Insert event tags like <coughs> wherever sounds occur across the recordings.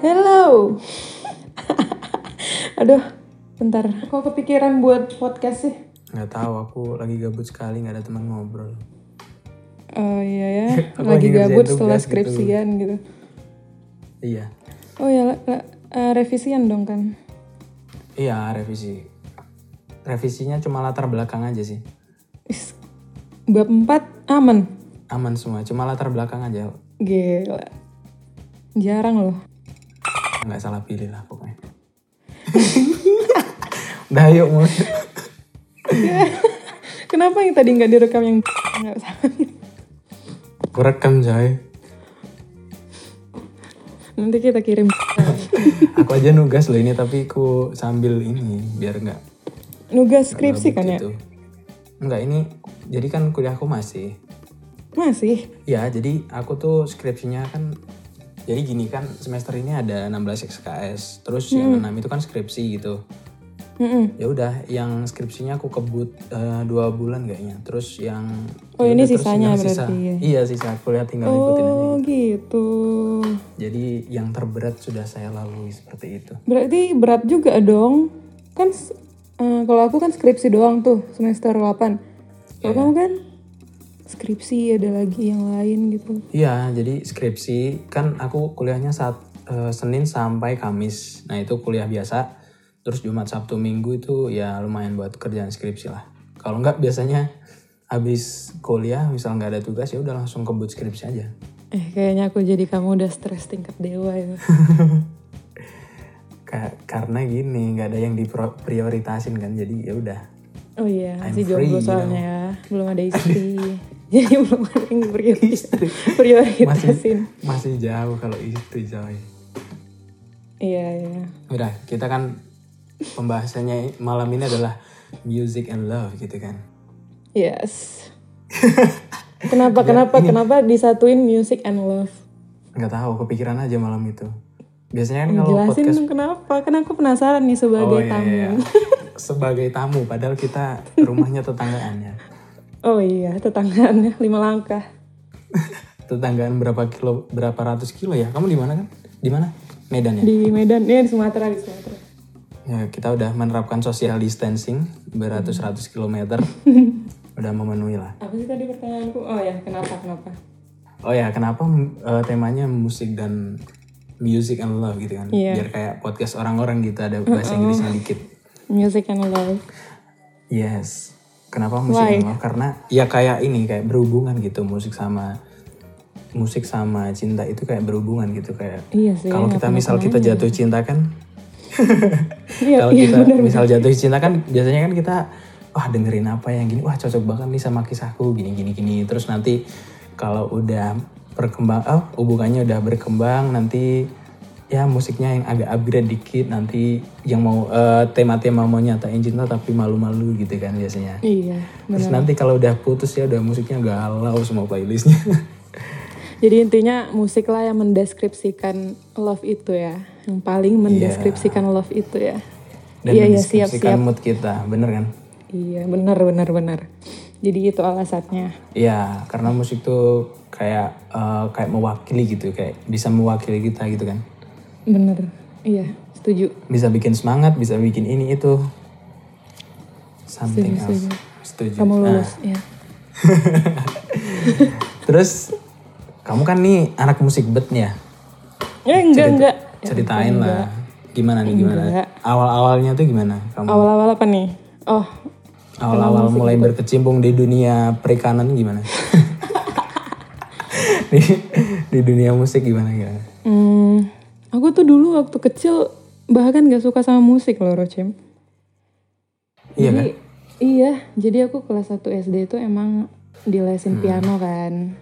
Hello. <laughs> Aduh, bentar. Kok kepikiran buat podcast sih? Nggak tahu, aku lagi gabut sekali nggak ada teman ngobrol. Oh iya ya, Aku lagi lagi ngerjain gabut setelah tugas gitu. skripsian gitu. Iya, Oh ya, revisian dong kan. iya revisi. Revisinya cuma latar belakang aja sih, Is, Bab 4 aman. aman semua. Cuma latar belakang aja, Gila. Jarang loh. <laughs> nggak salah pilih lah pokoknya. <laughs> Udah yuk mulai. Kenapa yang tadi nggak direkam yang nggak usah. Aku rekam Jai. <laughs> Nanti kita kirim. Aku aja nugas loh ini tapi ku sambil ini biar nggak Nugas skripsi kan ya? gitu. Nggak ini, jadi kan kuliahku masih. Masih. Ya, jadi aku tuh skripsinya kan jadi gini kan semester ini ada 16 SKS. Terus Hmm. yang 6 itu kan skripsi gitu. Mm-mm. Ya udah, yang skripsinya aku kebut eh, dua bulan kayaknya. Terus yang Oh, ya ini udah, terus sisanya yang sisa- berarti ya? Iya, sisa aku lihat tinggal ikutin aja. Oh gitu. Jadi yang terberat sudah saya lalui seperti itu. Berarti berat juga dong. Kan s- eh, kalau aku kan skripsi doang tuh semester 8. Kalau kamu kan skripsi ada lagi yang lain gitu. Iya, jadi skripsi kan aku kuliahnya saat eh, Senin sampai Kamis. Nah, itu kuliah biasa. Terus Jumat, Sabtu, Minggu itu ya lumayan buat kerjaan skripsi lah. Kalau nggak biasanya habis kuliah misal nggak ada tugas ya udah langsung kebut skripsi aja. Eh kayaknya aku jadi kamu udah stres tingkat dewa <laughs> ya. Ka- karena gini nggak ada yang diprioritasin kan jadi ya udah. Oh iya, I'm masih jomblo free, soalnya ya. Belum ada <laughs> istri. Jadi belum ada yang prioritas, prioritasin. Masih masih jauh kalau itu coy. Iya, iya. Udah, kita kan pembahasannya malam ini adalah music and love gitu kan. <laughs> Yes. Ya, kenapa, kenapa, kenapa disatuin music and love? nggak tahu kepikiran aja malam itu biasanya kan kalau Jelasin podcast dong kenapa, karena aku penasaran nih sebagai iya, tamu. <laughs> iya, iya. sebagai tamu padahal kita rumahnya tetanggaan ya Oh iya, tetanggaannya lima langkah. tetanggaan berapa kilo berapa ratus kilo ya kamu di mana kan di mana Medan ya Di Medan, ya di Sumatera, di Sumatera. ya kita udah menerapkan social distancing beratus ratus <laughs> kilometer udah memenuhi lah Apa sih tadi pertanyaanku? Oh ya, kenapa, kenapa? oh ya kenapa eh, temanya musik dan music and love gitu kan Iya. biar kayak podcast orang-orang gitu ada bahasa Inggrisnya dikit Music and love. Yes. Kenapa musik Why? and love? Karena ya kayak ini kayak berhubungan gitu musik sama musik sama cinta itu kayak berhubungan gitu kayak Iya sih. kalau kita misal kita jatuh cinta kan Iya, kalau iya, kita misal jatuh cinta kan biasanya kan kita wah dengerin apa yang gini wah cocok banget nih sama kisahku gini gini gini terus nanti kalau udah berkembang oh hubungannya udah berkembang nanti ya musiknya yang agak upgrade dikit nanti yang mau eh, tema-tema mau nyatain cinta tapi malu-malu gitu kan biasanya Iya, terus nanti kalau udah putus ya udah musiknya galau semua playlistnya <laughs> Jadi intinya musik lah yang mendeskripsikan love itu ya, yang paling mendeskripsikan love itu ya. Iya. dan Iya iya siap mendeskripsikan siap. mood kita bener kan Iya benar benar benar. Jadi itu alasannya. Iya, karena musik tuh kayak eh, kayak mewakili gitu, kayak bisa mewakili kita gitu kan. Bener. Iya setuju. Bisa bikin semangat, bisa bikin ini itu. Something else. Setuju. Kamu Nah, lulus. Iya. terus kamu kan nih anak musik bet nih ya. Eh enggak enggak. Ceritain lah. Gimana nih gimana? Enggak. Awal-awalnya tuh gimana kamu? Awal-awal apa nih? Oh Awal-awal mulai berkecimpung di dunia perikanan <laughs> gimana? di, di dunia musik gimana gimana? Hmm, aku tuh dulu waktu kecil bahkan gak suka sama musik loh Rocim. Iya Jadi- Iya, jadi aku kelas 1 SD itu emang dilesin piano kan.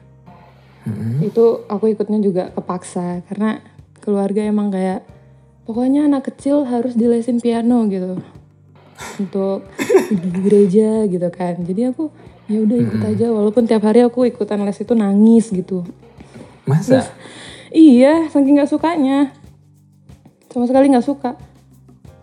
Mm-mm. Itu aku ikutnya juga kepaksa karena keluarga emang kayak pokoknya anak kecil harus dilesin piano gitu. Untuk pergi ke gereja gitu kan. Jadi aku ya udah ikut aja walaupun tiap hari aku ikutan les itu nangis gitu. Masa? Iya, saking nggak sukanya. Sama sekali nggak suka.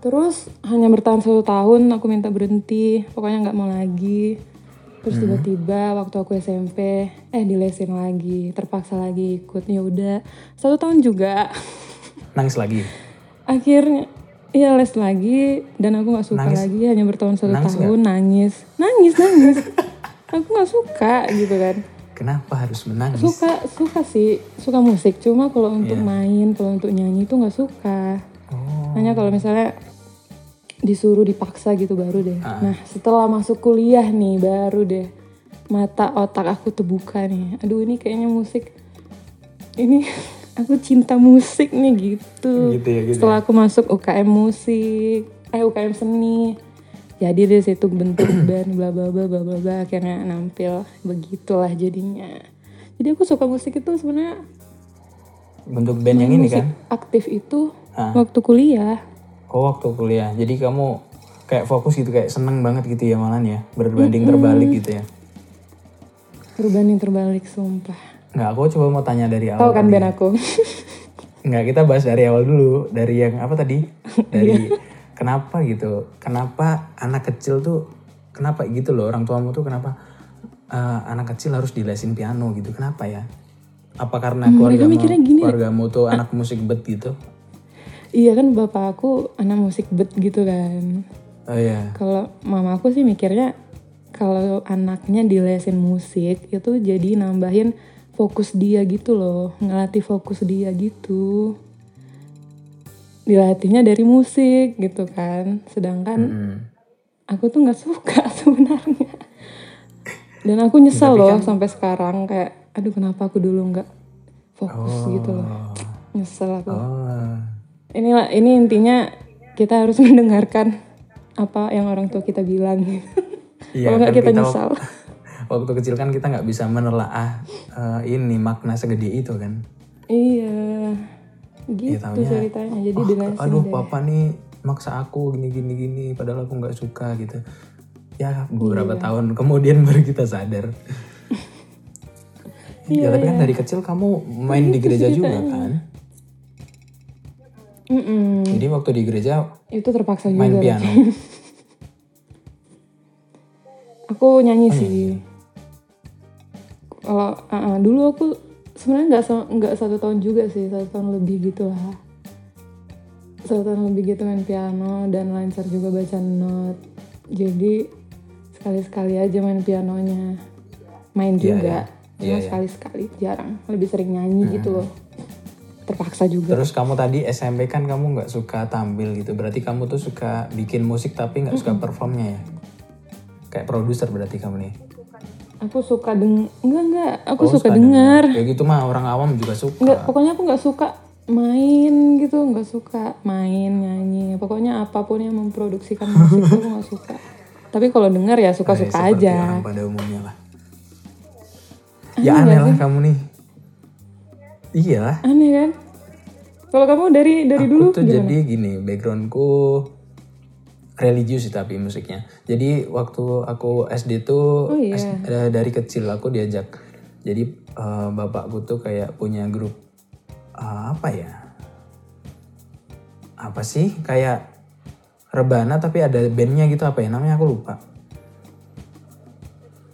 Terus hanya bertahan satu tahun, aku minta berhenti. Pokoknya nggak mau lagi. Hmm. Terus tiba-tiba waktu aku SMP, eh dilesin lagi, terpaksa lagi ikut. Ya udah, satu tahun juga. <laughs> Nangis lagi. akhirnya iya les lagi dan aku nggak suka Nangis? lagi hanya bertahun satu Nangis tahun nangis nangis <laughs> nangis aku nggak suka gitu kan Kenapa harus menangis? suka suka sih suka musik cuma kalau untuk Iya. main kalau untuk nyanyi itu nggak suka Oh. hanya kalau misalnya disuruh dipaksa gitu baru deh Ah. nah setelah masuk kuliah nih baru deh mata otak aku terbuka nih aduh ini kayaknya musik ini <laughs> aku cinta musik nih gitu Gitu ya, gitu setelah aku masuk UKM musik eh UKM seni jadi dari situ bentuk <clears throat> band bla bla bla bla bla bla akhirnya nampil begitulah jadinya jadi aku suka musik itu sebenarnya Bentuk band yang ini musik kan? aktif itu Ah. waktu kuliah Oh waktu kuliah. Jadi kamu kayak fokus gitu kayak seneng banget gitu ya malan ya. Berbanding terbalik gitu ya. Perubahan yang terbalik sumpah. Nggak aku coba mau tanya dari awal. Tahu kan band aku? <laughs> Nggak kita bahas dari awal dulu. Dari yang apa <laughs> tadi? Dari Iya. kenapa gitu. Kenapa anak kecil tuh kenapa gitu loh orang tuamu tuh kenapa eh, anak kecil harus dilesin piano gitu. Kenapa ya? Apa karena keluarga Hmm, mikirnya gini. keluargamu tuh anak musik bet <laughs> gitu? iya kan bapak aku anak musik bed gitu kan. Oh iya. Kalau mama aku sih mikirnya kalau anaknya dilesin musik itu jadi nambahin fokus dia gitu loh, ngelatih fokus dia gitu. Dilatihnya dari musik gitu kan. Sedangkan Mm. aku tuh nggak suka <laughs> sebenarnya dan aku nyesel loh sampai sekarang kayak aduh kenapa aku dulu nggak fokus gitu loh nyesel aku Oh. inilah ini intinya kita harus <laughs> mendengarkan apa yang orang tua kita bilang Iya, kalau nggak kan kita, kita- nyesal Waktu kecil kan kita nggak bisa menelaah eh, ini makna segede itu kan. iya gitu taunya, ceritanya jadi Wah, dengan aduh papa nih maksa aku gini gini gini padahal aku nggak suka gitu. Ya Iya. beberapa tahun kemudian <laughs> baru kita <laughs> sadar. Iya, tapi kan dari kecil kamu main di <laughs> gereja juga kan. Mm-mm. Jadi waktu di gereja itu terpaksa Hmm. juga main piano. aku Oh, nyanyi sih kalau uh-uh, dulu aku sebenarnya nggak sa- nggak satu tahun juga sih satu tahun lebih gitu lah satu tahun lebih gitu main piano dan lancar juga baca not jadi sekali sekali aja main pianonya main Iya, juga iya. cuma Iya, iya. sekali sekali jarang lebih sering nyanyi gitu loh terpaksa juga Terus kamu tadi SMP kan kamu nggak suka tampil gitu. Berarti kamu tuh suka bikin musik tapi Hmm. nggak suka performnya ya. Kayak produser berarti kamu nih. aku suka deng enggak enggak aku Oh, suka suka dengar Ya gitu mah orang awam juga suka. Nggak, pokoknya aku nggak suka main gitu, nggak suka main nyanyi. Pokoknya apapun yang memproduksikan musik tuh aku nggak suka. Tapi kalau dengar ya Ya, suka-suka seperti aja. Ah, orang pada umumnya lah. Ya aneh lah kamu nih. Iya lah. Aneh kan? Kalau kamu dari dari dulu Aku tuh jadi gini, backgroundku religius sih tapi musiknya. Jadi waktu aku SD tuh Oh, iya. SD eh, dari kecil aku diajak. Jadi eh, bapakku tuh kayak punya grup eh, apa ya? Apa sih? Kayak rebana tapi ada bandnya gitu apa ya namanya aku lupa.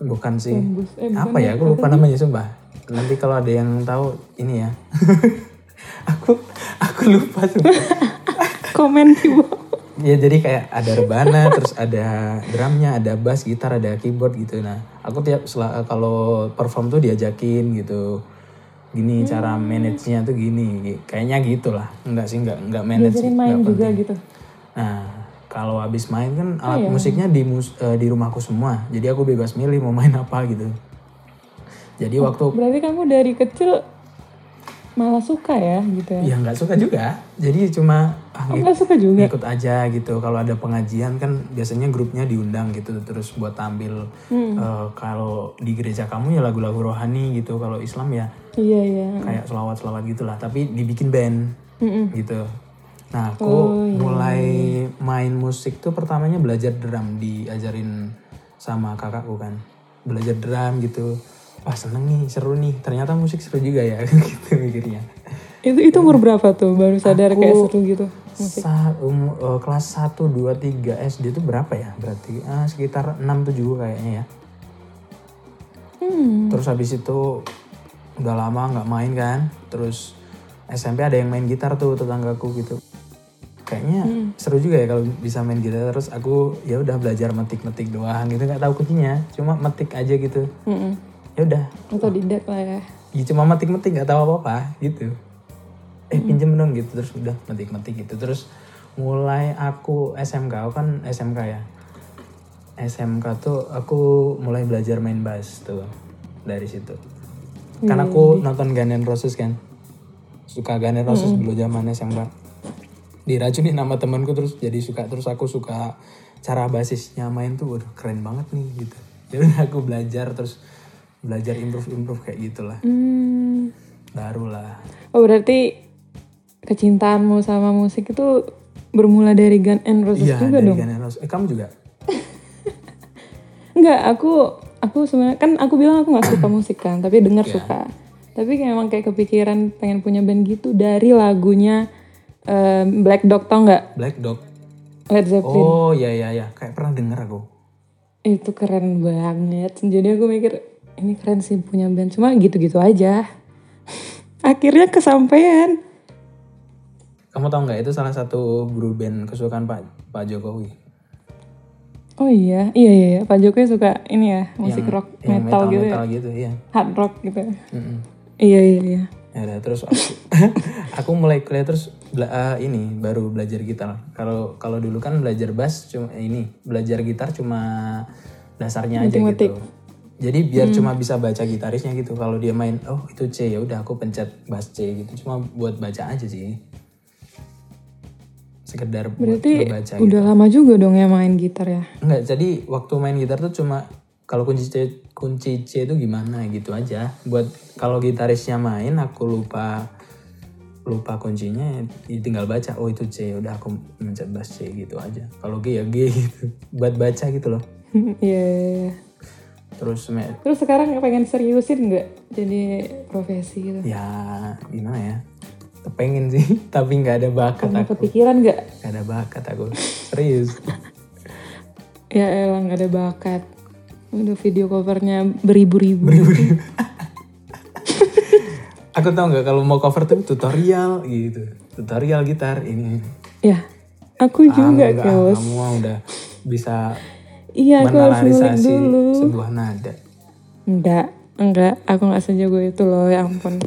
Bukan sih. Gambus. Eh, bukan apa ya? Aku lupa namanya sumpah. Nanti kalau ada yang tahu ini ya. <laughs> aku aku lupa sumpah. <laughs> komen di bawah. Ya jadi kayak ada rebana, terus ada drumnya, ada bass, gitar, ada keyboard gitu. Nah, aku tiap sela- kalau perform tuh diajakin gitu. Hmm. Gini cara manage-nya tuh gini. Kayaknya gitulah. Enggak sih, enggak enggak manage. Jadi main enggak juga penting. gitu. Nah, kalau habis main kan Oh, iya. alat musiknya di mus- eh, di rumahku semua. Jadi aku bebas milih mau main apa gitu. Jadi Oh. waktu Berarti kamu dari kecil malah suka ya gitu ya? ya nggak suka juga. Jadi cuma ah, Kamu ngik- nggak suka juga? ngikut aja gitu. Kalau ada pengajian kan biasanya grupnya diundang gitu terus buat tampil. Eh, kalau di gereja kamu ya lagu-lagu rohani gitu. Kalau Islam ya Iya iya. kayak selawat-selawat gitulah tapi dibikin band gitu nah aku mulai main musik tuh pertamanya belajar drum diajarin sama kakakku kan belajar drum gitu wah seneng nih seru nih ternyata musik seru juga ya <laughs> gitu mikirnya Itu itu umur berapa tuh baru sadar kayak seru gitu? Sa- um- eh, kelas 1, 2, 3 SD itu berapa ya? Berarti eh, sekitar 6, 7 kayaknya ya. Hmm. Terus habis itu udah lama nggak main kan. Terus SMP ada yang main gitar tuh tetanggaku gitu kayaknya seru juga ya kalau bisa main gitar terus aku ya udah belajar metik-metik doang gitu nggak tahu kuncinya cuma metik aja gitu Mm-mm. ya udah atau didak lah ya Ya, cuma metik-metik nggak tahu apa-apa gitu eh pinjem dong gitu terus udah metik-metik gitu terus mulai aku SMK aku kan SMK ya SMK tuh aku mulai belajar main bass tuh dari situ karena aku nonton Guns N' Roses kan suka Guns N' Roses dulu zaman SMK diracunin sama temanku terus jadi suka terus aku suka cara basisnya main tuh waduh keren banget nih gitu <laughs> jadi aku belajar terus belajar improve improve kayak gitulah Hmm. barulah oh berarti kecintaanmu sama musik itu bermula dari Gun and Roses iya juga dari dong Guns N' Roses eh kamu juga Enggak, aku aku sebenarnya kan aku bilang aku nggak suka Hmm. musik kan, tapi dengar Iya. suka. Tapi kayak emang kayak kepikiran pengen punya band gitu dari lagunya em, Black Dog tau nggak Black Dog Led Zeppelin. oh iya iya iya kayak pernah denger aku Itu keren banget. Jadi aku mikir ini keren sih punya band, cuma gitu-gitu aja. <laughs> Akhirnya kesampaian. kamu tahu nggak itu salah satu guru band kesukaan Pak Pak Jokowi Oh iya, iya iya, iya. Pak Jokowi suka ini ya, musik rock, Hmm. Yang metal, gitu ya. metal gitu iya Hard rock gitu. Mm-mm. Iya iya iya. Ya udah, terus aku, <laughs> aku mulai kuliah terus bela- eh, ini baru belajar gitar. Kalau kalau dulu kan belajar bass cuma eh, ini, belajar gitar cuma dasarnya aja gitu. Jadi biar cuma bisa baca gitarisnya gitu. Kalau dia main oh itu C ya udah aku pencet bass C gitu. Cuma buat baca aja sih. Sekedar buat Berarti ngebaca gitu. udah lama juga dong ya main gitar ya. <laughs> Enggak, jadi waktu main gitar tuh cuma kalau kunci C kunci C itu gimana gitu aja. Buat kalau gitarisnya main aku lupa lupa kuncinya ya tinggal baca oh itu C udah aku mencet bass C gitu aja. Kalau G ya G gitu. Buat baca gitu loh. Iya. iya, iya. Terus me- Terus sekarang pengen seriusin nggak jadi profesi gitu? ya gimana ya? Pengen sih, <laughs> tapi nggak ada bakat Pernah aku. kepikiran nggak? Nggak ada bakat aku. Serius. Ya elang nggak ada bakat. Udah video covernya beribu-ribu. Aku tau nggak kalau mau cover tuh tutorial gitu. Tutorial gitar ini. ya, aku juga enggak, kayak bos. kamu mah udah bisa Iya aku harus ngulik menalarisasi dulu. sebuah nada. Enggak, enggak. Aku nggak sejago itu loh. Ya ampun.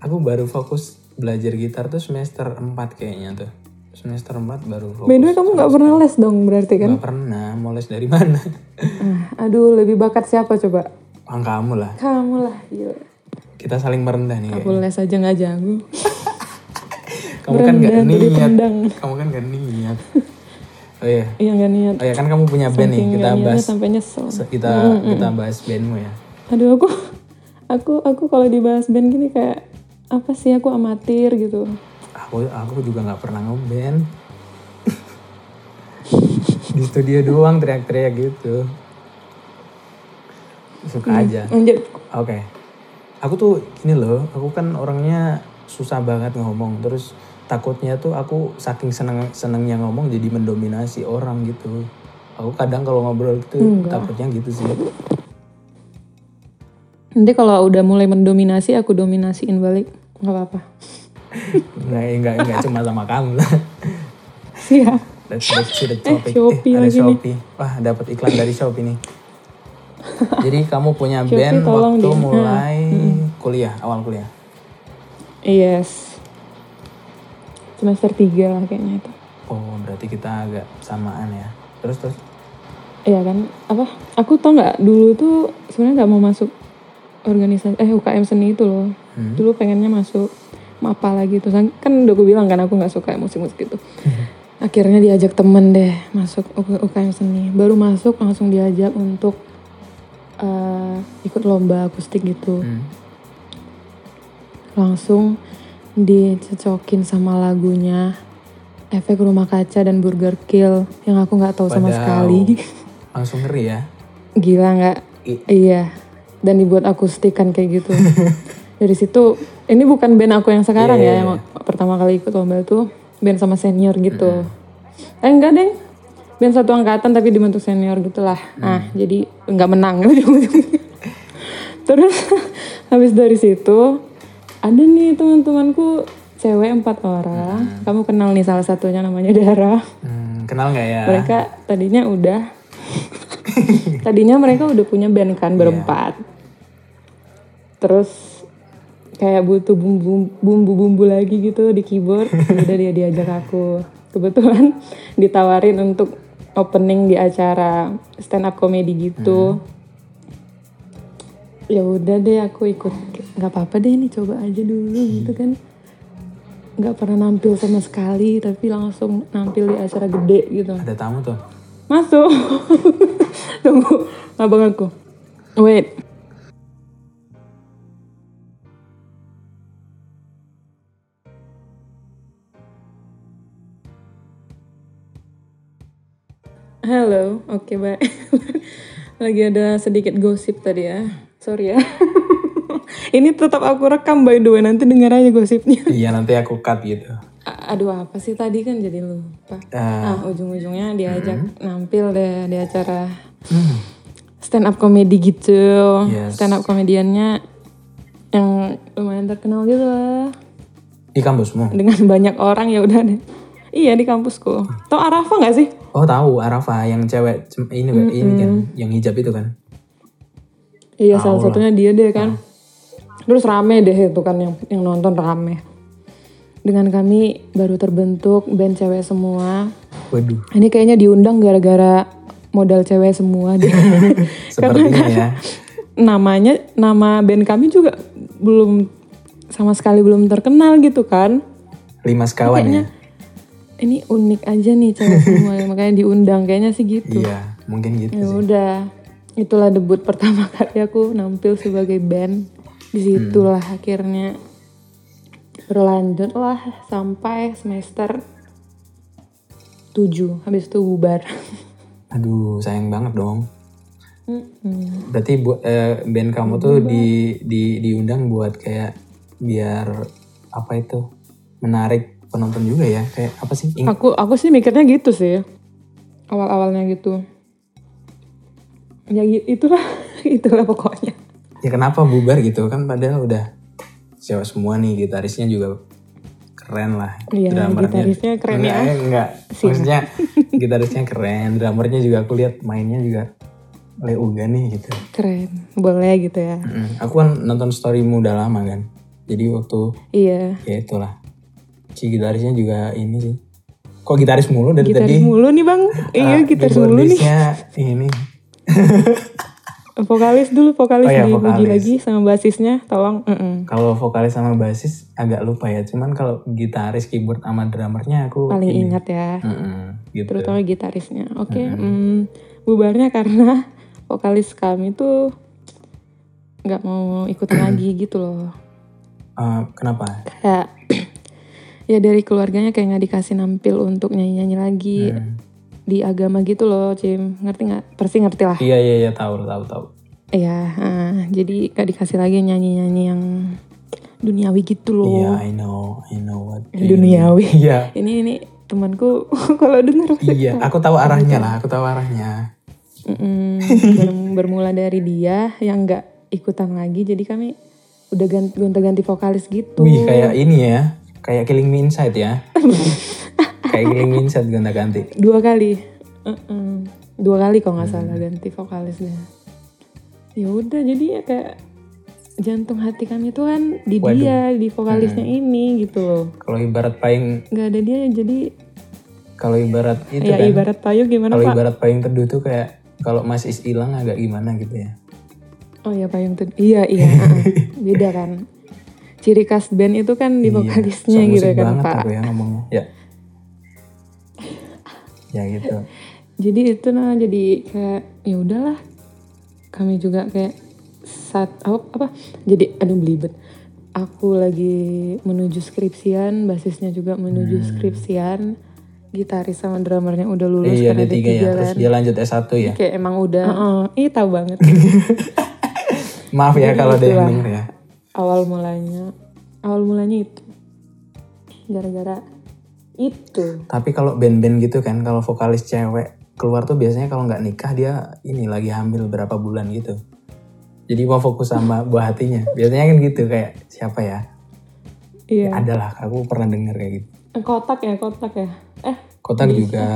Aku baru fokus belajar gitar tuh semester 4 kayaknya tuh. Semester 4 baru By fokus. the way kamu nggak pernah les dong berarti kan? Gak pernah, mau les dari mana? <laughs> Ah, aduh lebih bakat siapa coba? Orang kamu lah. Kamu lah. Gila. Kita saling merendah nih Aku kayaknya. les aja nggak jago. Kamu kan gak merendah, jadi niat. tendang. Kamu kan gak niat. Oh iya. Iya nggak niat. Oh iya kan kamu punya band nih, Saking kita nggak niatnya bahas sampai nyesel. kita kita bahas bandmu ya. aduh aku aku aku kalau dibahas band gini kayak apa sih aku amatir gitu Aku aku juga nggak pernah ngeband. <laughs> Di studio doang teriak-teriak gitu. Suka aja. lanjut Oke. Aku tuh gini loh, aku kan orangnya susah banget ngomong. Terus takutnya tuh aku saking seneng senengnya ngomong jadi mendominasi orang gitu. Aku kadang kalau ngobrol gitu takutnya gitu sih. nanti kalau udah mulai mendominasi aku dominasiin balik nggak apa-apa Nggak, nggak, nggak cuma sama kamu <laughs> lah. siap Let's go to the Eh, topic. Eh, Shopee ada lagi nih. Shopee. Wah, dapat iklan dari Shopee nih. Jadi kamu punya band tolong waktu deh. Nah, mulai kuliah, awal kuliah. yes semester 3 lah kayaknya itu Oh, berarti kita agak samaan ya. Terus terus iya kan apa aku tau nggak dulu tuh sebenarnya nggak mau masuk organisasi eh UKM seni itu loh Hmm. dulu pengennya masuk apa lagi tuh Sang- kan udah gue bilang kan aku nggak suka musik-musik gitu Hmm. akhirnya diajak temen deh masuk U- UKM seni baru masuk langsung diajak untuk eh, ikut lomba akustik gitu Hmm. langsung dicocokin sama lagunya efek rumah kaca dan burger kill yang aku nggak tahu sama Wadaw. sekali <laughs> <laughs> langsung ngeri ya. gila nggak I- iya dan dibuat akustik kan <laughs> kayak gitu dari situ ini bukan band aku yang sekarang Iya, iya, ya yang pertama kali ikut lomba itu band sama senior gitu eh enggak deng band satu angkatan tapi dibentuk senior gitulah Mm. nah jadi nggak menang <laughs> ujung-ujungnya. <laughs> terus habis dari situ ada nih teman-temanku cewek empat orang kamu kenal nih salah satunya namanya Dara Hmm, kenal nggak ya? mereka tadinya udah <laughs> tadinya mereka udah punya band kan berempat terus kayak butuh bumbu bumbu bumbu lagi gitu di keyboard udah dia diajak aku kebetulan <laughs> ditawarin untuk opening di acara stand up comedy gitu ya udah deh aku ikut nggak apa-apa deh ini coba aja dulu gitu kan nggak pernah nampil sama sekali tapi langsung nampil di acara gede gitu Ada tamu tuh. Masuk. <laughs> Tunggu abang aku. Wait. Halo, oke baik. <laughs> Lagi ada sedikit gosip tadi ya. Sorry ya. <laughs> Ini tetap aku rekam by the way, nanti denger aja gosipnya. Iya nanti aku cut gitu. A- Aduh apa sih tadi kan jadi lupa. Eh, Ah, ujung-ujungnya diajak Hmm. nampil deh di acara stand up comedy gitu. Yes. Stand up komediannya yang lumayan terkenal gitu lah. di kampusmu. Dengan <laughs> banyak orang ya udah deh. Iya di kampusku. Tau Arafa nggak sih? Oh tahu Arafa yang cewek cem- ini kan, Hmm, ini kan yang hijab itu kan. Iya salah satunya dia deh Ah. kan. Terus rame deh itu kan yang yang nonton rame. Dengan kami baru terbentuk band cewek semua. Waduh. Ini kayaknya diundang gara-gara modal cewek semua <laughs> deh. Karena Sepertinya ya. namanya nama band kami juga belum sama sekali belum terkenal gitu kan Lima sekawan ya. ini unik aja nih cewek semua <laughs> makanya diundang kayaknya sih gitu Iya mungkin gitu ya sih. udah itulah debut pertama <laughs> kali aku nampil sebagai band Hmm. disitulah akhirnya berlanjut lah sampai semester 7 habis itu bubar <laughs> Aduh sayang banget dong. Berarti bu, eh, band kamu tuh Iya. di, di diundang buat kayak biar apa itu menarik penonton juga ya kayak apa sih? Ing- Aku aku sih mikirnya gitu sih. Awal-awalnya gitu. Ya gi- itulah, <laughs> itulah pokoknya. ya kenapa bubar gitu kan padahal udah cewek semua nih gitarisnya juga keren lah Iya, gitarisnya keren enggak, ya enggak maksudnya <laughs> gitarisnya keren drummernya juga aku lihat mainnya juga leuga nih gitu Keren. Boleh gitu ya. Mm, aku kan nonton storymu udah lama kan jadi waktu Iya. ya itulah si gitarisnya juga ini sih kok gitaris mulu dari Gitaris tadi mulu nih, Bang. iya, Ah, gitaris mulu nih. keyboardisnya ini Vokalis dulu, vokalis Oh iya, dipuji vokalis. lagi sama basisnya. Tolong, mm-mm. kalau vokalis sama basis agak lupa ya cuman kalau gitaris keyboard sama drummernya aku paling ini. ingat ya. Mm-mm, gitu. Terutama gitarisnya. Oke, mm, bubarnya karena vokalis kami tuh nggak mau ikutan lagi gitu loh. Eh, kenapa? kayak <clears throat> ya dari keluarganya kayak nggak dikasih nampil untuk nyanyi nyanyi lagi Hmm. di agama gitu loh Cim ngerti nggak persi ngerti lah Iya iya iya tahu tahu tahu. iya ah, jadi nggak dikasih lagi nyanyi nyanyi yang duniawi gitu Iya loh I know I know what. Eh, duniawi. <laughs> Iya ini ini temanku <laughs> kalau denger pasti- iya aku tahu arahnya lah aku tahu arahnya. <laughs> Mm-mm. Belum- bermula dari dia yang nggak ikutan lagi jadi kami udah ganti ganti vokalis gitu Wih kayak ini ya kayak killing me inside <laughs> ya. kayak killing me inside gonta ganti. dua kali Mm-mm. dua kali kok nggak salah ganti vokalisnya ya udah jadi ya kayak jantung hati kami itu kan di dia di vokalisnya Hmm. ini gitu loh Kalau ibarat paling nggak ada dia ya jadi kalau ibarat itu ya kan ibarat payung gimana kalau pak ibarat paling teduh tuh kayak kalau Mas Is hilang agak gimana gitu ya. oh ya payung tuh iya iya <laughs> ah, beda kan ciri khas band itu kan di vokalisnya Iya, Sok gitu musik kan banget pak aku ya ngomongnya. Ya. Ya <laughs> gitu. jadi itu nah jadi kayak ya udahlah kami juga kayak saat apa, apa jadi aduh belibet aku lagi menuju skripsian basisnya juga menuju Hmm. skripsian gitaris sama drummernya udah lulus Iya karena D3 D3 ya, terus kan dia langet S1 ya. kayak emang udah Ih, tahu <laughs> banget Maaf Iya, ya kalau ada yang Itulah. denger ya. awal mulanya awal mulanya itu gara-gara itu Tapi kalau band-band gitu kan, kalau vokalis cewek keluar tuh biasanya kalau nggak nikah dia ini lagi hamil berapa bulan gitu. Jadi mau fokus sama buah hatinya. Biasanya kan gitu kayak siapa ya? Iya. Ya, ada lah, aku pernah denger kayak gitu. Eh, Kotak ya, kotak ya. Eh, Kotak juga,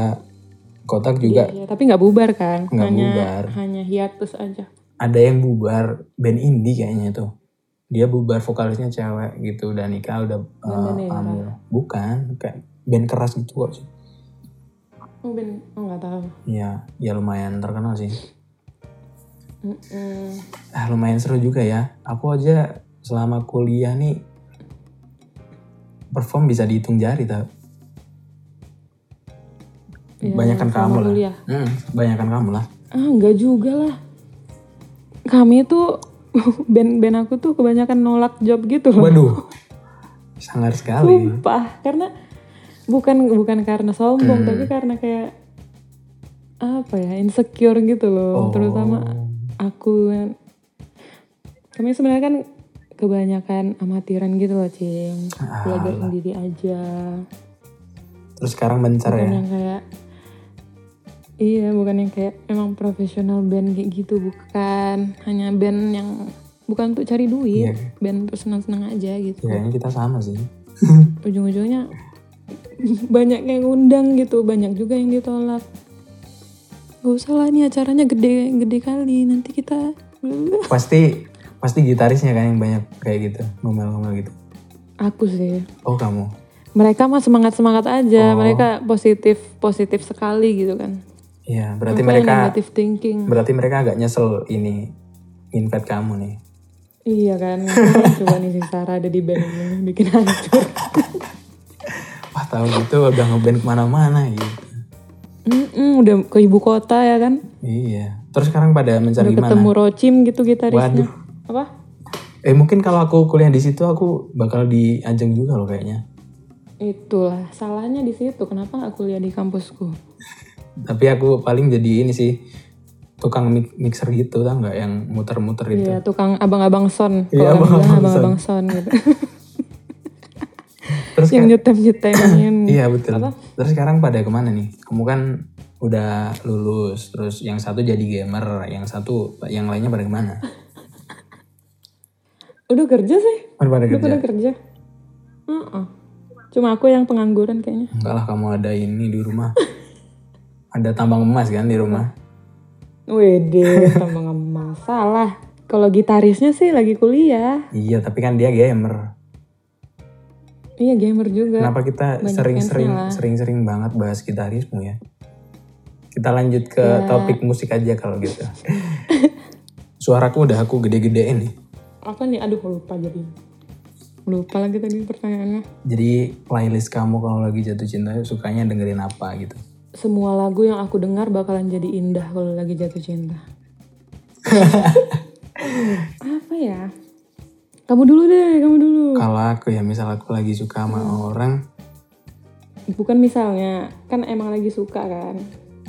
kotak juga iya, iya. tapi nggak bubar kan? Nggak hanya bubar. hanya hiatus aja. ada yang bubar band indie kayaknya tuh. Dia bubar vokalisnya cewek gitu dan nikah udah Band eh, Nera. hamil. Bukan, kayak band keras gitu kok sih. Mungkin Oh, nggak tahu. Iya, ya lumayan terkenal sih. Mm-mm. Ah, lumayan seru juga ya. Aku aja selama kuliah nih perform bisa dihitung jari tau. Iya, Banyakan sama kamu lah. kuliah. Hmm, banyakan kamu lah. Ah, nggak juga lah. Kami tuh <laughs> band-band aku tuh kebanyakan nolak job gitu loh. Waduh, sangar sekali. Sumpah, karena bukan bukan karena sombong, tapi karena kayak apa ya insecure gitu Oh. loh, terutama aku. kan. Kami sebenarnya kan kebanyakan amatiran gitu loh, Cim. Belajar sendiri aja. Terus sekarang bencar Bukan ya. yang kayak Iya, bukan yang kayak emang profesional band kayak gitu, bukan. Hanya band yang bukan untuk cari duit, band untuk senang-senang aja gitu. Iya, Kayaknya kita sama sih. ujung-ujungnya <laughs> banyak yang ngundang gitu banyak juga yang ditolak gak usah lah nih acaranya gede gede kali nanti kita Pasti pasti gitarisnya kan yang banyak kayak gitu, ngomel-ngomel gitu. aku sih Oh, kamu. mereka mah semangat semangat aja mereka positif positif sekali gitu kan Iya, berarti Aku yang mereka negative thinking berarti mereka agak nyesel ini invite kamu nih. iya kan Ngapain coba nih si Sarah ada di band ini bikin hancur Wah, tahu gitu udah ngeband kemana-mana gitu. Mm-mm, udah ke ibu kota ya kan Iya. Terus sekarang pada mencari udah mana? ketemu Rocim gitu gitarisnya Waduh. apa Eh mungkin kalau aku kuliah di situ aku bakal diajeng juga loh kayaknya. itulah salahnya di situ kenapa nggak kuliah di kampusku Tapi aku paling jadi ini sih tukang mi- mixer gitu tau nggak yang muter-muter itu. Iya, tukang abang-abang son. Kalau Gitu. orang Iya, bilang abang-abang abang-abang son gitu. <laughs> Terus yang kayak- nyetem-nyetemin. iya betul. Terus sekarang pada kemana nih? Kamu kan udah lulus, terus yang satu jadi gamer, yang satu yang lainnya pada kemana? Udah kerja sih. Pada pada Udah kerja. pada kerja. Heeh. Cuma aku yang pengangguran kayaknya. Enggak lah kamu ada ini di <laughs> rumah. ada tambang emas kan di rumah. Wede, tambah masalah. Kalau gitarisnya sih lagi kuliah. Iya, tapi kan dia gamer. Iya, gamer juga. Kenapa kita Banyak sering-sering fansnya lah. sering-sering banget bahas gitarismu ya? Kita lanjut ke Iya. topik musik aja <laughs> kalau gitu. Suaraku udah aku gede-gedein nih. Apa nih? Aduh, lupa jadi. Lupa lagi tadi pertanyaannya. Jadi playlist kamu kalau lagi jatuh cinta sukanya dengerin apa gitu. Semua lagu yang aku dengar bakalan jadi indah kalau lagi jatuh cinta. Apa ya? Kamu dulu deh, kamu dulu. Kalau aku ya misal aku lagi suka sama orang, Bukan misalnya, kan emang lagi suka kan?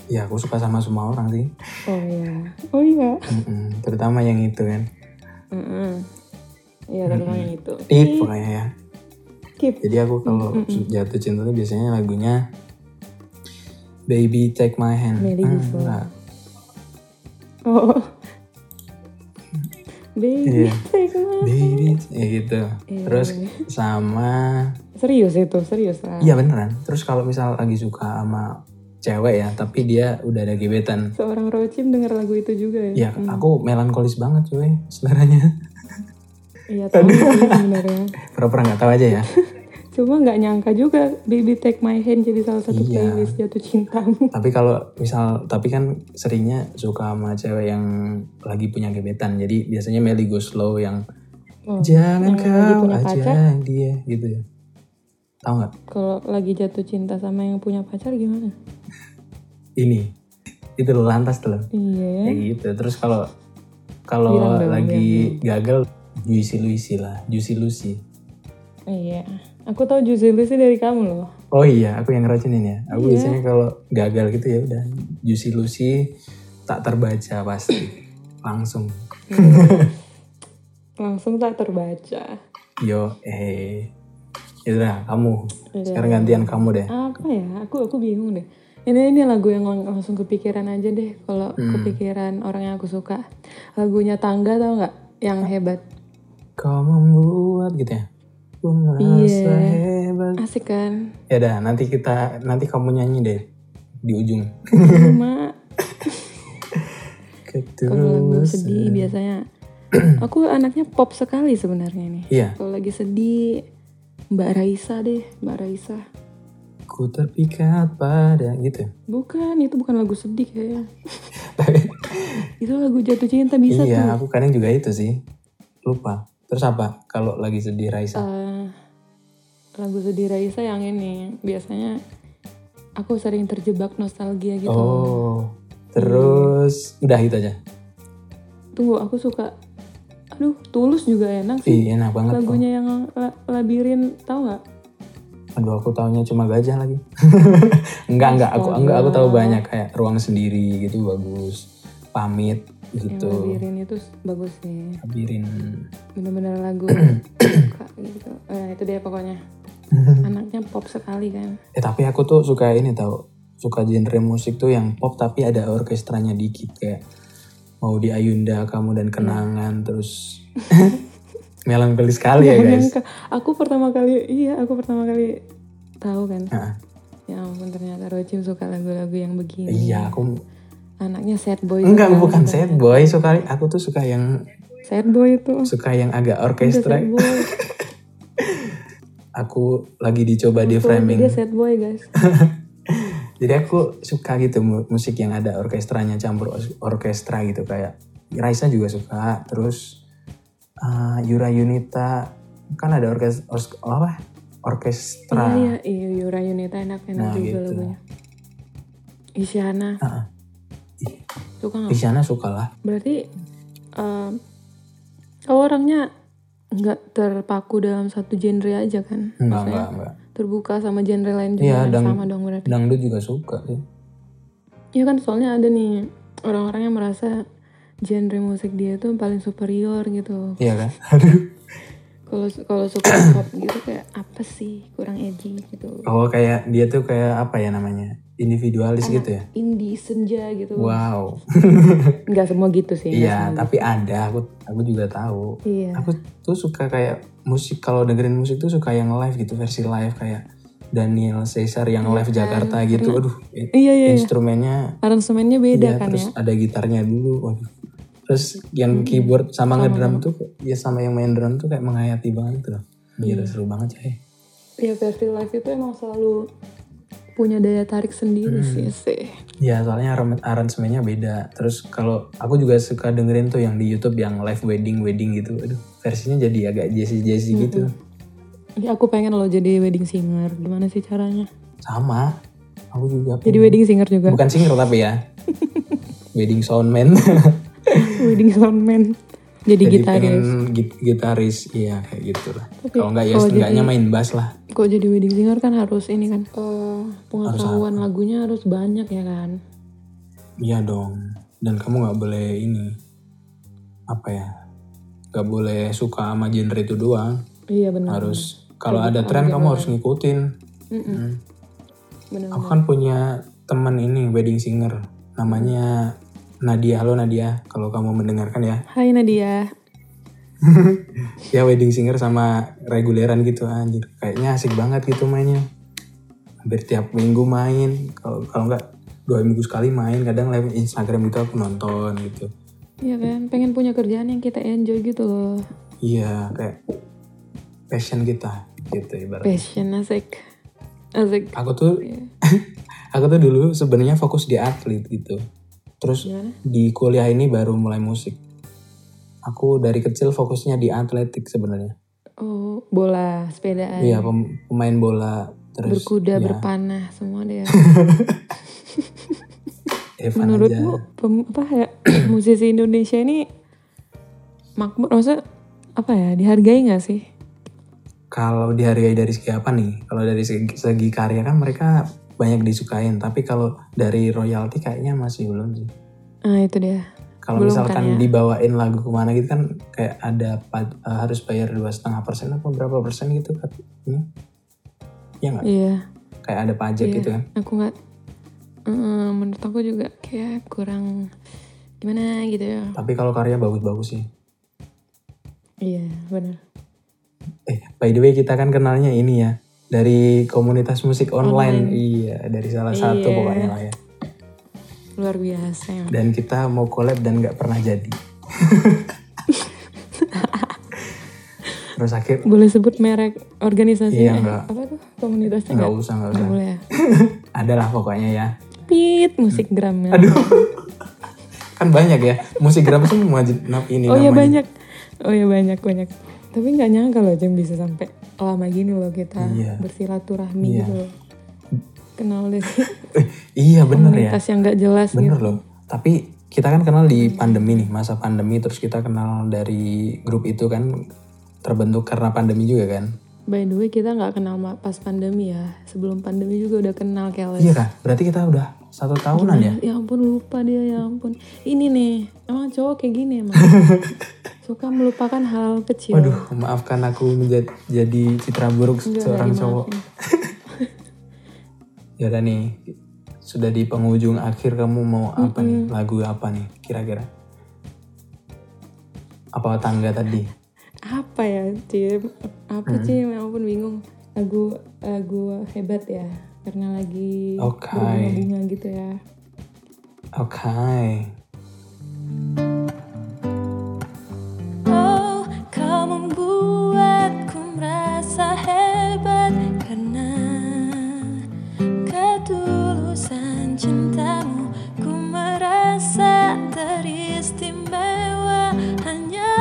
ya aku suka sama semua orang sih. Oh iya, oh iya. Mm-mm, terutama yang itu kan. Mm-mm. Iya, tapi yang itu. It pokoknya ya. Keep. Jadi aku kalau jatuh cinta tuh biasanya lagunya Baby Take My Hand. Miley Ah, Cyrus. enggak. Oh. Baby, Iya. take my- Baby ya gitu. Terus sama Serius itu, serius lah. iya beneran. Terus kalau misal lagi suka sama cewek ya, tapi dia udah ada gebetan. Seorang Rochim denger lagu itu juga ya? Ya, aku melankolis banget cuy seleranya. Iya, tahu sih sebenarnya. <laughs> Pura-pura nggak tahu aja ya. Cuma nggak nyangka juga Baby Take My Hand jadi salah satu Iya. playlist jatuh <laughs> cintamu. tapi kalau misal tapi kan seringnya suka sama cewek yang lagi punya gebetan jadi biasanya Melly go slow yang Oh, jangan yang lagi kau punya aja pacar? dia gitu ya tahu nggak Kalau lagi jatuh cinta sama yang punya pacar gimana? ini itu loh, lantas tuh loh. Iya. kayak gitu terus kalau kalau Bilang dong, lagi gagal juicy lucy lah juicy lucy Iya. Aku tahu Juicy Lucy dari kamu loh. oh iya aku yang ngeracinin ya aku Iya. biasanya kalau gagal gitu ya udah juicy lucy tak terbaca pasti langsung Langsung tak terbaca. Yo, eh. Yaudah, kamu. Iya. Sekarang gantian kamu deh. Apa ya? Aku aku bingung deh. Ini ini lagu yang lang- langsung kepikiran aja deh kalau kepikiran orang yang aku suka. Lagunya Tangga tau nggak? Yang hebat. Kau membuat gitu ya. Ku merasa Iya. hebat. Asik <laughs> kan? Ya dah, nanti kita nanti kamu nyanyi deh di ujung. Cuma kalau lagu Ketulusan. sedih biasanya <clears throat> aku anaknya pop sekali sebenarnya ini. Iya, Kalau lagi sedih Mbak Raisa deh, Mbak Raisa. ku terpikat pada gitu. Bukan, itu bukan lagu sedih <laughs> kayaknya. Itu lagu jatuh cinta bisa tuh. iya, aku kadang juga itu sih. Lupa. Terus apa? Kalau lagi sedih Raisa. Eh, lagu sedih Raisa yang ini biasanya aku sering terjebak nostalgia gitu. oh. Terus udah itu aja. Tunggu, aku suka. Aduh, tulus juga enak sih. Ih, Iya, enak banget. kok. Lagunya yang la- labirin tahu nggak? Aduh aku taunya cuma gajah lagi. <laughs> enggak enggak aku enggak aku tahu banyak kayak ruang sendiri gitu bagus. Pamit Yang gitu. labirin itu s- bagus sih. Labirin. bener-bener <clears throat> lagu suka gitu Eh, itu dia pokoknya anaknya pop sekali kan <laughs> Eh tapi aku tuh suka ini tau. Suka genre musik tuh yang pop tapi ada orkestranya dikit kayak mau di Ayunda kamu dan kenangan terus <laughs> melankoli sekali ya Gak guys. nyangka. aku pertama kali iya aku pertama kali tahu kan Heeh. ya ampun ternyata Rocim suka lagu-lagu yang begini Iya aku anaknya sad boy enggak juga. bukan sad boy suka aku tuh suka yang sad boy itu suka yang agak Dia orkestra. sad boy Aku lagi dicoba di Betul, framing. dia sad boy guys Jadi aku suka gitu mu- musik yang ada orkestranya campur os- orkestra gitu kayak Raisa juga suka. Terus eh, Yura Yunita kan ada orkes os- apa? Orkestra. iya iya iya Yura Yunita enak-enak Nah, juga gitu. lagunya Isyana Heeh. iya. suka nggak Isyana suka lah. Berarti em, kau orangnya nggak terpaku dalam satu genre aja kan? Enggak, Maksudnya enggak, enggak. terbuka sama genre lain juga Iya, kan? dan- sama dong berarti. Dangdut juga suka sih. Iya kan soalnya ada nih orang-orang yang merasa genre musik dia itu paling superior gitu. Iya kan? <laughs> Aduh. Kalau su- kalau <coughs> suka pop gitu kayak apa sih kurang edgy gitu. Oh kayak dia tuh kayak apa ya namanya? Individualis gitu ya. Indie senja gitu. Wow. Nggak semua gitu sih. nggak Iya, semua gitu. tapi ada aku aku juga tahu. Iya. aku tuh suka kayak musik kalau dengerin musik tuh suka yang live gitu versi live kayak Daniel Caesar yang live Jakarta gitu aduh kan? i- Iya iya. iya. instrumennya Aransemennya beda ya kan ya. terus Hmm. ada gitarnya dulu waduh terus yang keyboard sama, ngedrum tuh ya sama yang main drum tuh kayak menghayati banget gitu loh Gila, Iya. seru banget coy Ya versi live itu emang selalu punya daya tarik sendiri Hmm. sih sih. ya soalnya aran- aransemennya beda terus kalau aku juga suka dengerin tuh yang di YouTube yang live wedding wedding gitu aduh versinya jadi agak jazzy jazzy Hmm. gitu Ya, aku pengen lo jadi wedding singer. Gimana sih caranya? sama aku juga Jadi wedding singer <laughs> juga. Bukan singer <laughs> tapi ya. Wedding soundman. wedding soundman. Jadi, ya. jadi pengen gitaris. git- gitaris, iya kayak gitu lah. Tapi Kalau nggak ya kalau setidaknya jadi- main bass lah. Kok jadi wedding singer kan harus ini kan eh, pengetahuan lagunya harus banyak ya kan. Iya dong. Dan kamu nggak boleh ini apa ya? Nggak boleh suka sama genre itu doang. Iya benar. Harus kalau ada tren ya. kamu harus ngikutin. Mm-mm. Hmm. Benar. Aku kan punya teman ini wedding singer, namanya Nadia. Halo Nadia, kalau kamu mendengarkan ya. Hai Nadia. ya wedding singer sama reguleran gitu anjir kayaknya asik banget gitu mainnya hampir tiap minggu main kalau kalau nggak dua minggu sekali main kadang live Instagram itu aku nonton gitu Iya kan, pengen punya kerjaan yang kita enjoy gitu loh. iya kayak passion kita gitu ibarat Passion asik. Asik. aku tuh Iya. <laughs> aku tuh dulu sebenarnya fokus di atlet gitu terus Gimana? di kuliah ini baru mulai musik aku dari kecil fokusnya di atletik sebenarnya Oh, bola, sepedaan. iya pem- pemain bola terus berkuda, ya, berpanah, semua deh. Evan aja. Menurutmu pem, apa ya <clears throat> musisi Indonesia ini makmur maksudnya apa ya dihargai nggak sih? kalau dihargai dari segi apa nih? Kalau dari segi, segi karya kan mereka banyak disukain, tapi kalau dari royalti kayaknya masih belum sih. Nah itu dia. Kalau Belum misalkan kan ya? dibawain lagu kemana gitu kan kayak ada pa- eh, harus bayar dua setengah persen apa berapa persen gitu kan? Ini? Iya nggak? Iya. Kayak ada pajak Iya. gitu kan? Aku nggak. Eh, menurut aku juga kayak kurang gimana gitu ya. Tapi kalau karya bagus-bagus sih. Iya benar. Eh, by the way kita kan kenalnya ini ya dari komunitas musik Online. online. Iya, dari salah satu Iya. pokoknya lah ya. luar biasa emang. Dan kita mau collab dan nggak pernah jadi. Terus akhir boleh sebut merek organisasi eh, Iya, enggak. apa tuh komunitasnya nggak nggak usah nggak Nggak usah. boleh ya Adalah pokoknya ya. pit musik gram ya. Hmm. Aduh. kan banyak ya. Musik gram itu mengajin ini oh namanya. ya banyak oh ya banyak banyak tapi nggak nyangka loh jam bisa sampai lama gini loh kita Iya. bersilaturahmi Iya. gitu loh kenal deh Eh, iya bener ya. komunitas yang nggak jelas Bener gitu loh. Tapi kita kan kenal di pandemi nih, masa pandemi terus kita kenal dari grup itu kan terbentuk karena pandemi juga kan. by the way kita nggak kenal ma- pas pandemi ya sebelum pandemi juga udah kenal Keles Iya kan? Berarti kita udah satu tahunan ya. ya ampun lupa dia ya ampun ini nih emang cowok kayak gini <laughs> emang suka melupakan hal kecil Waduh, maafkan aku menjadi jadi citra buruk Enggak, seorang enggak cowok. ya udah nih, sudah di penghujung akhir kamu mau apa nih? Lagu apa nih kira-kira? Apa tangga tadi? apa ya Cim apa Cim ya ampun bingung lagu lagu hebat ya karena lagi Oke. berbunga-bunga gitu ya Oke. Oh, kau membuatku merasa hebat karena ketulusan cintamu. Ku merasa teristimewa hanya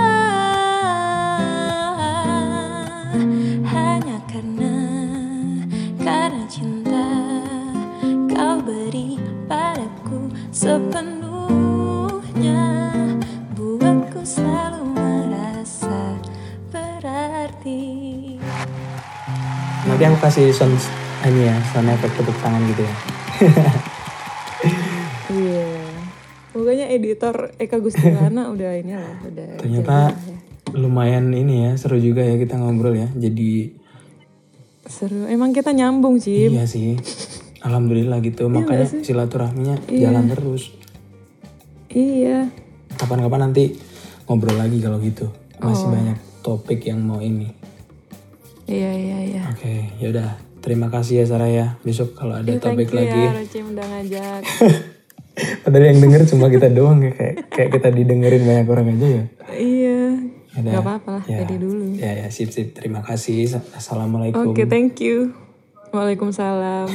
hanya karena karena cinta kau beri padaku sepenuhnya buatku selalu merasa berarti. Nanti aku kasih sound ini ya, sound effect tepuk tangan gitu ya. iya pokoknya editor Eka Gustiwana <laughs> udah ini lah udah Ternyata lumayan ini ya, seru juga ya kita ngobrol ya. Jadi seru emang kita nyambung Cim iya sih. Alhamdulillah gitu, makanya silaturahminya jalan terus. iya Kapan-kapan nanti ngobrol lagi kalau gitu. Masih banyak topik yang mau ini. iya iya iya Oke, yaudah. Terima kasih ya Sarah ya. Besok kalau ada topik thank you lagi. ya lo, Cim udah ngajak <laughs> <laughs> Padahal yang denger cuma kita doang ya. Kayak, kayak kita didengerin banyak orang aja ya. iya Ada. nggak apa-apa lah Ya. jadi dulu Ya, ya, sip-sip. Terima kasih. Assalamualaikum. oke thank you Waalaikumsalam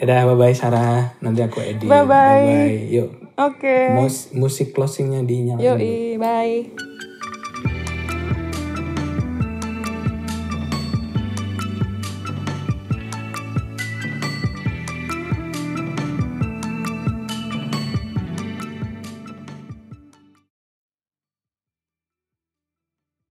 Dadah, Ya bye-bye Sarah. Nanti aku edit. Bye-bye. Bye-bye. Yuk, oke mus- musik closingnya dinyalain. yoi bye